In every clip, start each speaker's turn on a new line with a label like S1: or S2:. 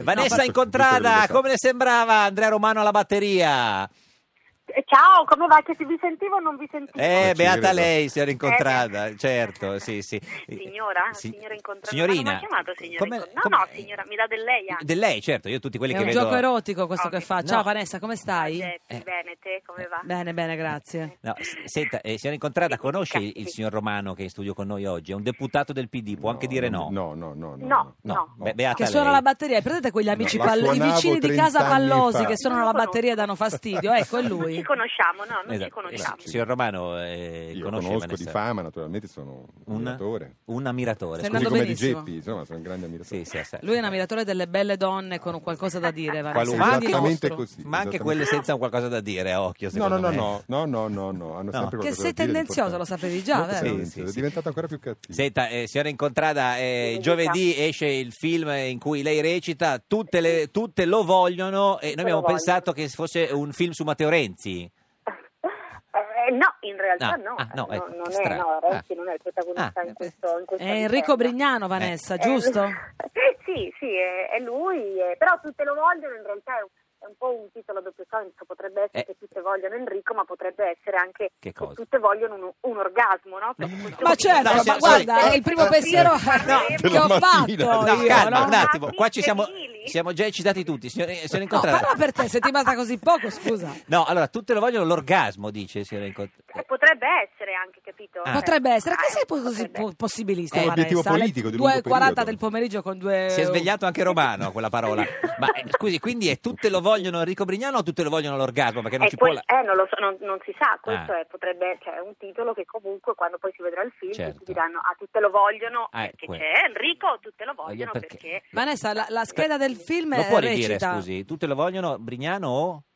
S1: Eh, Vanessa
S2: No,
S1: Incontrada,
S2: questo- questo-
S1: come le sembrava Andrea Romano alla batteria?
S3: Eh, Ciao, come va? Che vi sentivo o non vi sentivo?
S1: Eh,
S2: ci
S1: beata
S2: credo.
S1: lei, signora Incontrada,
S3: Eh, beh.
S1: certo, sì, sì.
S3: Signora?
S1: Si-
S3: Signora Incontrada?
S1: Signorina.
S3: Ma non mi ha chiamato signora
S1: Come-
S3: Incontrada?
S1: come-
S3: No, no, signora, mi dà del lei anche.
S1: Del lei, certo, io tutti quelli
S4: È
S1: che
S4: un
S1: vedo...
S4: gioco erotico questo
S3: Ovvio.
S4: che fa.
S1: No.
S4: Ciao Vanessa, come stai?
S3: Giuseppe,
S1: Eh.
S3: Bene, te come va?
S4: Bene, bene, grazie.
S1: No, s- senta, eh, signora Incontrada,
S3: Sì,
S1: conosce
S3: sì.
S1: il signor Romano che è in studio con noi oggi? È un deputato del PD, può anche dire no.
S2: No, no, no.
S3: No,
S1: No,
S3: no.
S1: Be- beata
S4: Che
S1: lei.
S4: suona la batteria, prendete quegli amici
S2: la
S4: pallo- i
S2: suonavo
S4: vicini di
S2: 30
S4: casa
S2: anni
S4: pallosi
S2: fa.
S4: che suonano la batteria e danno fastidio. Ecco, è
S3: Non
S4: lui.
S3: ci conosciamo, no, non
S1: Esatto.
S3: ci conosciamo.
S1: Eh, Signor Romano, eh,
S2: Io
S1: conosce
S2: conosco
S1: Vanessa?
S2: di fama, naturalmente sono un
S1: Un-
S2: ammiratore.
S1: Un ammiratore,
S4: Sei
S2: Così
S1: scusi.
S4: Andando
S2: come
S4: benissimo.
S2: di Geppi, insomma, sono un grande ammiratore.
S1: Sì, sì, sì.
S4: Lui è un ammiratore delle belle donne con un qualcosa da dire, Vanessa.
S2: Qualunque-
S4: quindi è
S2: esattamente
S4: nostro.
S2: così.
S1: Ma anche
S2: esattamente.
S1: quelle senza un qualcosa da dire, a occhio,
S2: No, no,
S1: secondo
S2: no,
S1: me.
S2: no, no, no, no, no, hanno
S1: No.
S2: sempre
S4: Che
S2: qualcosa
S4: sei
S2: da dire di
S4: tendenzioso,
S2: importante.
S4: lo sapevi già,
S2: Molto
S4: vero?
S2: tendenzioso,
S1: Sì, sì,
S2: è
S1: sì.
S2: diventato ancora più cattivo.
S1: Senta, eh, signora Incontrada, eh,
S3: Sì,
S1: giovedì esce il film in cui lei recita, tutte, le- tutte lo vogliono e noi
S3: Tutte
S1: abbiamo
S3: lo vogliono.
S1: pensato che fosse un film su Matteo Renzi.
S3: Eh, no, in realtà
S1: Ah,
S3: no,
S1: ah, no,
S3: eh, no,
S1: eh,
S3: non è,
S1: strano.
S3: no, Renzi
S1: Ah.
S3: non è il protagonista
S1: Ah,
S3: in questo in questa
S4: È Enrico
S3: vicenda.
S4: Brignano,
S1: Eh,
S4: Vanessa, giusto?
S3: Eh, sì, sì, è, è lui, eh, però tutte lo vogliono, in realtà è un, è un po' un titolo a doppio senso, potrebbe essere
S1: Eh.
S3: che tutte vogliono Enrico, ma potrebbe essere anche
S1: Che
S3: che,
S1: cosa?
S3: tutte vogliono un, un orgasmo, no? Per questo-
S4: Ma certo,
S1: No,
S4: ma
S1: signor-
S4: guarda,
S2: sorry.
S4: è il primo pensiero che
S2: della
S4: ho
S2: mattina.
S4: fatto
S1: No,
S4: io,
S1: calma
S4: no?
S1: un attimo, qua ci
S3: Attrici
S1: siamo,
S3: femminili?
S1: siamo già eccitati tutti, signora, eh, signora
S4: No,
S1: Incontrada.
S4: parla per te, se ti basta così poco, scusa.
S1: No, allora, tutte lo vogliono l'orgasmo, dice signora
S3: Eh,
S1: Incontrada.
S3: potrebbe essere anche, capito?
S1: Ah.
S3: Eh,
S4: Potrebbe essere, che
S3: eh,
S4: sei po- così boh.
S3: potrebbe.
S4: po- possibilista,
S1: È un
S4: Vanessa?
S2: obiettivo
S4: Alle
S2: politico di lungo
S4: 2.40
S2: periodo.
S4: del pomeriggio con due...
S3: Eh,
S1: Si è svegliato anche Romano a quella parola. Ma eh, scusi, quindi è tutte lo vogliono Enrico Brignano o tutte lo vogliono l'orgasmo? Perché non
S3: Eh,
S1: ci può...
S3: poi-
S1: la-
S3: eh, non lo so, non, non si sa, questo
S1: Ah.
S3: è, potrebbe, cioè, è un titolo che comunque quando poi si vedrà il film
S1: Certo.
S3: tutti diranno ah tutte lo vogliono
S1: Ah,
S3: perché
S1: que-
S3: c'è Enrico, tutte lo vogliono
S1: perché-
S3: perché...
S4: Vanessa, la, la scheda del film
S3: eh,
S1: Lo può ridire,
S4: recita...
S1: scusi? Tutte lo vogliono Brignano o...
S3: ho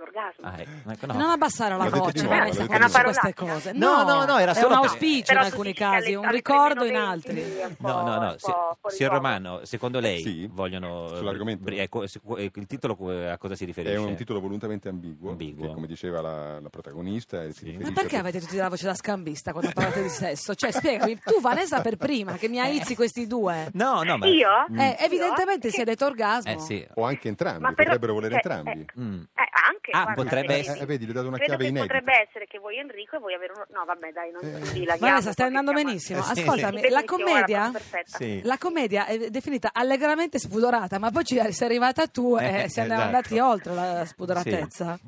S3: l'orgasmo.
S1: Ah, ecco, no.
S4: Non abbassare la
S2: L'ha detto di
S4: voce,
S2: nuovo,
S4: Vanessa,
S2: l'ha
S4: che
S2: detto
S4: dice
S2: di nuovo.
S4: queste cose.
S1: No, no, no, era solo
S4: È un
S1: che-
S4: auspicio in
S3: Però
S4: alcuni
S3: tu dici che
S4: casi,
S3: alle-
S4: un
S3: alle
S4: ricordo in
S3: 3:20
S4: altri.
S3: è un po'-
S1: No, no, no,
S3: un
S1: se-
S3: po' fuori
S1: signor
S3: luogo.
S1: Romano, secondo lei
S2: Sì.
S1: vogliono...
S2: Sull'argomento?
S1: Bri- ecco, se- eh, il titolo eh, a cosa si riferisce?
S2: È un titolo volontariamente ambiguo,
S1: Ambiguo.
S2: che come diceva la, la protagonista... eh, si
S1: Sì.
S2: riferisce
S4: Ma
S2: a
S4: perché
S2: tutte-
S4: avete tutti la voce da scambista quando parlate di sesso? Cioè, spiegami, tu Vanessa per prima, che mi
S1: Eh.
S4: aizzi questi due.
S1: No, no, ma... Mm.
S3: Io?
S4: Eh, evidentemente
S3: Io?
S4: si è detto orgasmo.
S1: Eh sì.
S2: O anche entrambi,
S3: Ma però-
S2: potrebbero volere
S3: eh,
S2: entrambi.
S3: eh,
S1: Mm.
S3: Eh, anche
S1: Ah,
S3: guarda,
S1: potrebbe
S3: vedi.
S2: essere- Eh, vedi, le ho dato una
S3: Credo
S2: chiave
S3: che
S2: inedita.
S3: potrebbe essere che voi Enrico e voi avere uno no vabbè dai non
S2: Eh.
S3: dilaghiamo,
S4: Vanessa, stai
S3: poi
S4: andando
S3: siamo-
S4: benissimo.
S1: Eh, Sì, sì.
S4: Ascoltami,
S3: Benissimo,
S4: la
S3: guarda,
S4: commedia...
S3: perfetta.
S1: Sì.
S4: La commedia è definita allegramente spudorata, ma poi ci sei arrivata tu e
S1: Eh,
S4: siamo andati
S1: esatto.
S4: oltre la spudoratezza.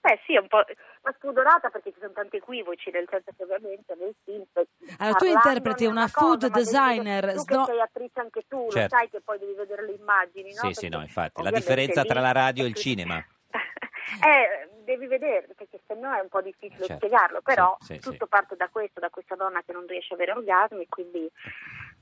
S3: Beh, sì, è un po' ma spudorata perché ci sono tanti equivoci, nel senso che ovviamente nel film
S4: Allora, tu
S3: parlando
S4: interpreti
S3: non è
S4: una
S3: cosa,
S4: food
S3: ma devi
S4: designer,
S3: vedere- Tu
S4: sno-
S3: che sei attrice anche tu,
S1: Certo.
S3: lo sai che poi devi vedere le immagini, no?
S1: Sì, sì, no, infatti, la
S3: ovviamente
S1: differenza
S3: lì-
S1: tra la radio e il cinema.
S3: eh, devi vedere, perché se no è un po' difficile
S1: Certo.
S3: spiegarlo, però
S1: Sì, sì,
S3: tutto
S1: sì.
S3: parte da questo, da questa donna che non riesce ad avere orgasmi, quindi...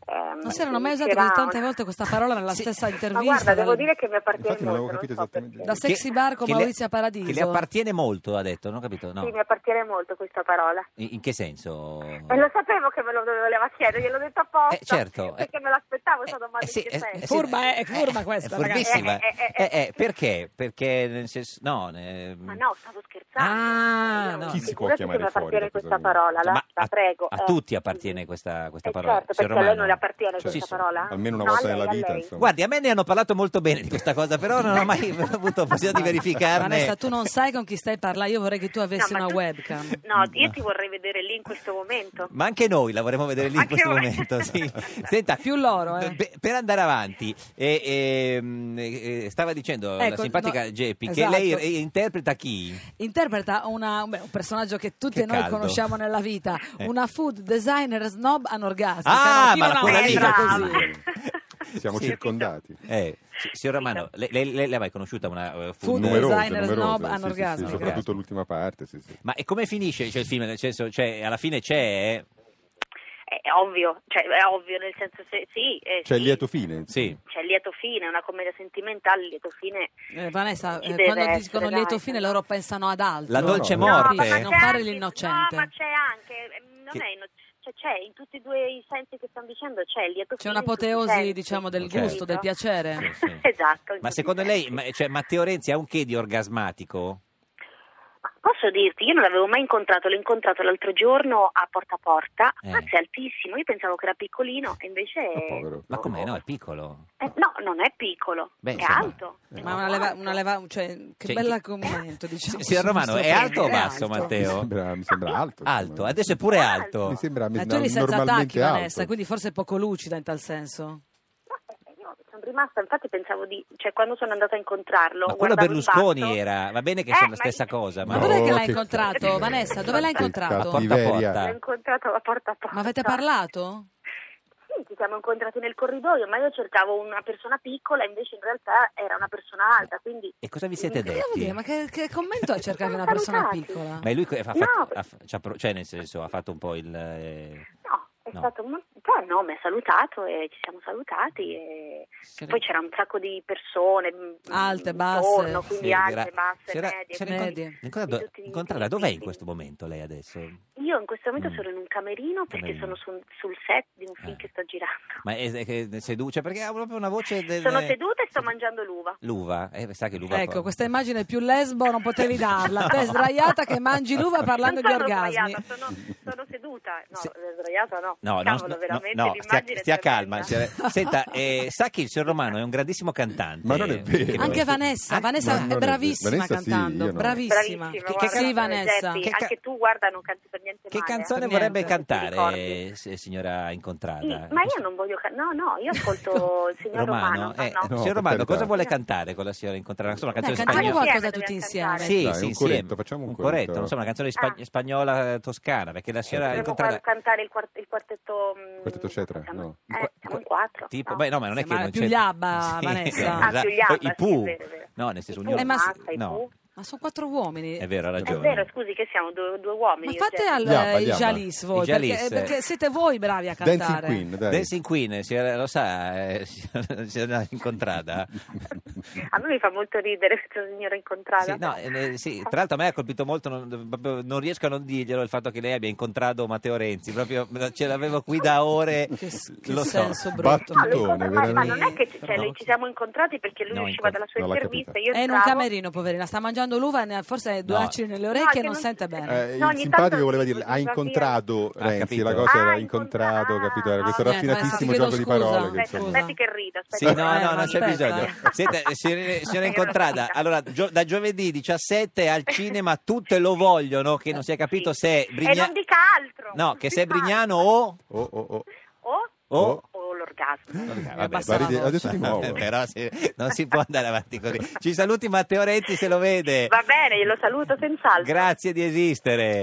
S3: ehm,
S4: Non si erano mai usate
S3: inizierà
S4: così tante
S3: una-
S4: volte eh. questa parola nella
S1: Sì.
S4: stessa
S3: Ma
S4: intervista.
S3: guarda, devo
S4: dal-
S3: dire che mi appartiene
S2: Infatti non avevo
S3: molto,
S2: capito
S3: so
S2: esattamente.
S3: perché.
S4: Da
S1: Che-
S4: sexy bar con
S1: che le-
S4: Maurizio Paradiso.
S1: Che le appartiene molto, ha detto, non ho capito, no?
S3: Sì, mi appartiene molto questa parola.
S1: In in che senso?
S3: E lo sapevo che me lo voleva chiedere, gliel'ho detto apposta.
S1: Eh, certo.
S3: Perché me l'aspettavo,
S1: Eh,
S3: sono
S1: eh, sì, eh,
S3: maledicente.
S1: eh, sì,
S4: Furba, eh, è furba
S1: eh,
S4: questa,
S1: È furbissima.
S3: ragazzi. Eh, eh, eh,
S1: Eh, eh, perché? Perché nel senso... No, ehm, ne-
S3: Ma no, stavo scherzando.
S1: Ah,
S3: Io-
S1: no.
S2: Chi si può chiamare
S3: figurati se mi
S2: fuori
S3: appartiene
S2: da questo
S3: questa
S2: mondo?
S3: parola, la,
S1: Ma
S3: la
S1: a-
S3: prego.
S1: A
S3: eh.
S1: tutti appartiene questa, questa
S3: Eh,
S1: parola.
S3: Certo,
S1: signor
S3: perché a lei non
S1: Romano.
S3: le appartiene
S2: Cioè,
S3: questa
S1: sì, sì.
S3: parola?
S2: Almeno una
S3: No, a
S2: volta
S3: lei,
S2: nella
S3: a
S2: vita,
S3: lei.
S2: insomma.
S1: Certo. Guardi, a me ne hanno parlato molto bene di questa cosa, però non ho mai avuto possibilità di verificarne.
S4: Vanessa, tu non sai con chi stai parlando, io vorrei che tu
S3: No,
S4: avessi
S3: ma
S4: una
S3: tu-
S4: webcam.
S3: No, io ti vorrei vedere lì in questo momento.
S1: Ma anche noi la vorremmo vedere lì in
S3: Anche
S1: questo
S3: voi.
S1: momento. Sì. Senta,
S4: Più loro, eh.
S1: pe- per andare avanti, eh, ehm, eh, stava dicendo la
S4: Ecco,
S1: simpatica
S4: no,
S1: Geppi
S4: esatto.
S1: che lei eh, interpreta chi?
S4: Interpreta una- beh, un personaggio che tutti
S1: Che
S4: noi
S1: caldo.
S4: conosciamo nella vita,
S1: Eh.
S4: una food designer snob anorgasmica.
S1: Ah,
S4: no, tira
S1: ma
S4: una
S1: quella lì,
S4: maestra
S1: brava.
S4: così.
S2: Siamo
S1: Sì.
S2: circondati.
S1: Eh, si- signor Romano, lei, lei- lei l'ha mai conosciuta una eh,
S4: Food
S1: eh,
S2: Numerose,
S4: designer
S2: numerose,
S4: snob
S2: sì, sì, sì,
S4: anorgasmica.
S2: soprattutto l'ultima parte, sì, sì.
S1: Ma e come finisce cioè, il film? Nel senso, cioè, alla fine c'è... eh?
S3: È, è ovvio, cioè è ovvio nel senso se, sì. eh,
S2: C'è il
S3: sì.
S2: lieto fine.
S1: Sì.
S3: C'è il lieto fine, è una commedia sentimentale, il lieto fine...
S4: Eh, Vanessa,
S3: Ci
S4: eh,
S3: deve
S4: quando
S3: essere,
S4: dicono
S3: dai.
S4: lieto fine loro pensano ad altro.
S1: La
S2: No, dolce no.
S1: morte.
S3: ma
S1: Non
S3: c'è
S4: fare
S3: anche-
S4: l'innocente.
S3: No, ma c'è anche, eh, non
S1: Che-
S3: è inno- cioè, c'è in tutti e due i sensi che stanno dicendo, c'è il lieto fine in
S4: C'è
S3: tutti i
S4: un'apoteosi,
S3: sensi,
S4: diciamo, del
S1: Certo.
S4: gusto, del piacere.
S1: Sì, sì.
S3: esatto. in
S1: Ma
S3: tutti
S1: secondo
S3: i
S1: lei
S3: sensi.
S1: ma- cioè, Matteo Renzi ha un che di orgasmatico?
S3: Ma Posso dirti, io non l'avevo mai incontrato, l'ho incontrato l'altro giorno a porta a porta,
S1: Eh.
S3: anzi è altissimo, io pensavo che era piccolino e invece...
S2: Ma povero.
S1: Ma come no? È piccolo.
S3: Eh, no, non è piccolo,
S1: Beh,
S3: è
S1: insomma,
S3: alto.
S2: eh.
S4: Ma una leva, una leva- cioè, che
S1: Cioè,
S4: bel
S1: chi-
S4: commento, diciamo.
S1: Signor
S4: sul
S1: Romano,
S4: nostro
S1: è alto o
S4: paese, è
S1: basso,
S4: alto.
S2: Mi
S1: Matteo?
S2: sembra, mi sembra alto.
S1: Alto,
S2: insomma.
S1: adesso è pure alto.
S2: Mi sembra
S4: Ma
S2: mi-
S4: tu eri senza
S2: normalmente
S4: attacchi,
S2: alto.
S4: Vanessa, quindi forse è poco lucida in tal senso.
S3: No, eh, Io sono rimasta, infatti pensavo di... cioè quando sono andata a incontrarlo...
S1: Ma quello
S3: guardavo in
S1: Berlusconi
S3: basso-
S1: era, va bene che
S3: Eh,
S1: sono la
S3: ma-
S1: stessa cosa,
S4: Ma
S1: ma...
S4: dov'è che l'ha
S2: Oh, che
S4: incontrato,
S2: cattiveria.
S4: Vanessa? Dove l'ha
S2: Che
S4: incontrato?
S2: cattiveria.
S1: Porta a
S3: L'ho incontrato a porta a porta.
S4: Ma avete parlato?
S3: Sì, ci siamo incontrati nel corridoio, ma io cercavo una persona piccola, invece in realtà era una persona alta, quindi...
S1: E cosa vi siete
S4: Che cosa vuol
S1: detti?
S4: dire? Ma che, che commento è cercare una
S3: Siamo
S4: persona
S3: salutati.
S4: piccola?
S1: Eh, Ma lui co- ha fatto,
S3: No.
S1: ha f- ci ha pro- cioè nel senso ha fatto un po' il... eh,
S3: No, è
S1: No.
S3: stato molto... Poi no, mi ha salutato e ci siamo salutati e...
S1: se-
S3: Poi c'era un sacco di persone mh,
S4: Alte, basse.
S3: intorno, quindi
S1: se-
S3: alte,
S1: era-
S3: basse,
S1: c'era-
S3: medie,
S1: c'era
S3: quindi-
S4: medie.
S1: incontrata-
S3: di tutti i
S1: incontrata-
S3: tipi,
S1: dov'è in
S3: quindi.
S1: questo momento lei adesso?
S3: Io in questo momento
S1: Mm.
S3: sono in un camerino perché
S1: Camerino.
S3: sono su- sul set di un film
S1: Eh.
S3: che sto girando.
S1: Ma è, è che seduce? Perché ha proprio una voce del...
S3: Sono seduta e sto mangiando l'uva.
S1: L'uva? Eh, sa che l'uva...
S4: Ecco,
S1: fa-
S4: questa immagine più lesbo non potevi darla. Te sdraiata che mangi l'uva parlando
S3: non
S4: di
S3: sono
S4: orgasmi.
S3: sdraiata, sono, sono seduta. No,
S1: Se-
S3: sdraiata no.
S1: No, non-
S3: Cavolo,
S1: no,
S3: veramente
S1: no,
S3: l'immagine
S1: stia,
S3: è
S1: stia calma.
S3: tremenda.
S1: cioè, senta, eh, sa che il signor Romano è un grandissimo cantante.
S2: Ma non è vero.
S1: Che-
S4: Anche Vanessa,
S1: Ah,
S4: Vanessa
S2: ma non
S4: è
S2: è-
S4: bravissima
S2: Vanessa sì,
S4: cantando,
S2: io no.
S4: bravissima.
S3: Bravissima, guarda,
S4: sì,
S3: guarda,
S4: Vanessa.
S3: Geppi,
S1: Che ca-
S3: anche tu guarda non canti per niente
S1: Che
S3: male,
S1: canzone
S3: eh.
S4: niente.
S1: vorrebbe
S3: Se ti ricordi.
S1: cantare, eh, signora incontrata?
S3: Io- ma io non voglio can- no no io ascolto il signor Romano, ma
S1: eh,
S3: no.
S2: No,
S1: signor
S2: per
S1: Romano,
S2: carità.
S1: cosa vuole cantare con la signora incontrata? Non so, una
S4: Dai,
S1: canzone
S4: cantiamo
S1: spagnola.
S3: Insieme
S4: qualcosa tutti
S3: dobbiamo
S4: insieme.
S3: cantare.
S1: Sì,
S2: Dai,
S1: sì,
S2: un
S1: insieme.
S2: coretto, facciamo un
S1: coretto,
S2: coretto.
S1: non so, una canzone spa-
S3: Ah.
S1: spagnola eh, toscana, perché la signora
S2: Sì.
S3: Potremmo
S1: incontrata
S3: qua- cantare il, quart- il quartetto mm,
S2: Quartetto Cetra,
S3: come si chiama?
S2: no.
S3: eh, siamo in quattro
S1: tipo,
S3: no.
S1: beh, no, ma non è
S4: Sì,
S1: che
S4: ma
S1: non
S4: più
S1: c'è-
S4: gli ABBA,
S1: Sì,
S4: Vanessa.
S1: esatto.
S3: Ah, più gli ABBA,
S1: Poi i
S3: sì,
S1: Pooh.
S3: è vero, è vero.
S1: No, nel senso
S3: I
S1: ognuno-
S4: Eh, ma-
S3: Mazza, i
S1: no,
S3: Pooh.
S4: Ma sono quattro uomini.
S1: è vero, ha
S3: è
S1: ragione.
S3: vero scusi che siamo due, due
S4: Ma
S3: uomini io e
S4: fate
S3: Geppi.
S4: al,
S2: Gli ABBA,
S4: il
S2: gli ABBA.
S4: Jalis voi,
S1: I Jalis.
S4: perché, eh, perché siete voi bravi a
S2: Dancing
S4: cantare.
S2: Queen, dai.
S1: Dancing Queen, eh, signora- lo sa, eh, signora signora incontrata.
S3: a me mi fa molto ridere questa signora incontrata
S1: Sì, no, eh, sì, tra l'altro a me ha colpito molto, non, proprio non riesco a non dirglielo, il fatto che lei abbia incontrato Matteo Renzi, proprio ce l'avevo qui da ore,
S4: Che, s- che
S1: lo so.
S4: senso brutto.
S3: No,
S2: Battutone,
S3: lo incontra- ma, ma non è che cioè,
S1: No.
S3: noi ci siamo incontrati perché lui
S1: No,
S3: usciva
S1: incontro-
S3: dalla sua
S2: non l'ha
S3: intervista.
S2: capita.
S3: Io
S4: È in un
S3: entravo-
S4: camerino, poverina, sta mangiando l'uva, ne ha forse due
S1: No.
S4: acini nelle
S3: No,
S4: orecchie
S3: che
S4: e non
S3: non-
S4: sente bene.
S2: Eh, il
S3: No, ogni tanto
S2: simpatico voleva dire
S3: si
S2: ha
S3: va
S2: incontrato
S1: via. Ah,
S2: Renzi,
S1: capito.
S2: la cosa era
S3: Ah,
S2: incontrato,
S3: incontra-
S2: capito? Era questo
S3: Ah,
S4: niente,
S2: raffinatissimo
S4: ti chiedo
S2: gioco di
S4: scusa.
S2: parole. che,
S3: Aspetta,
S2: insomma.
S3: aspetti che rida,
S1: Sì,
S3: aspetta.
S1: no,
S4: Eh,
S1: no,
S4: ma
S1: non c'è
S4: aspetta.
S1: bisogno. Senta, eh, signor- signora Incontrata, allora gio- da giovedì 17 al cinema tutte lo vogliono, che non si è capito
S3: Sì.
S1: se è
S3: E non
S1: Brignano...
S3: dica altro.
S1: No, che se è
S3: Sì, fa-
S1: Brignano o...
S2: Oh, oh, oh.
S3: O,
S1: o-
S3: o l'orgasmo.
S1: Vabbè,
S4: Abbassa
S2: Guardi,
S4: la voce.
S2: adesso ti muovo.
S1: Però sì, non si può andare avanti così. Ci saluti Matteo Renzi se lo vede.
S3: Va bene, glielo saluto senz'altro.
S1: Grazie di esistere.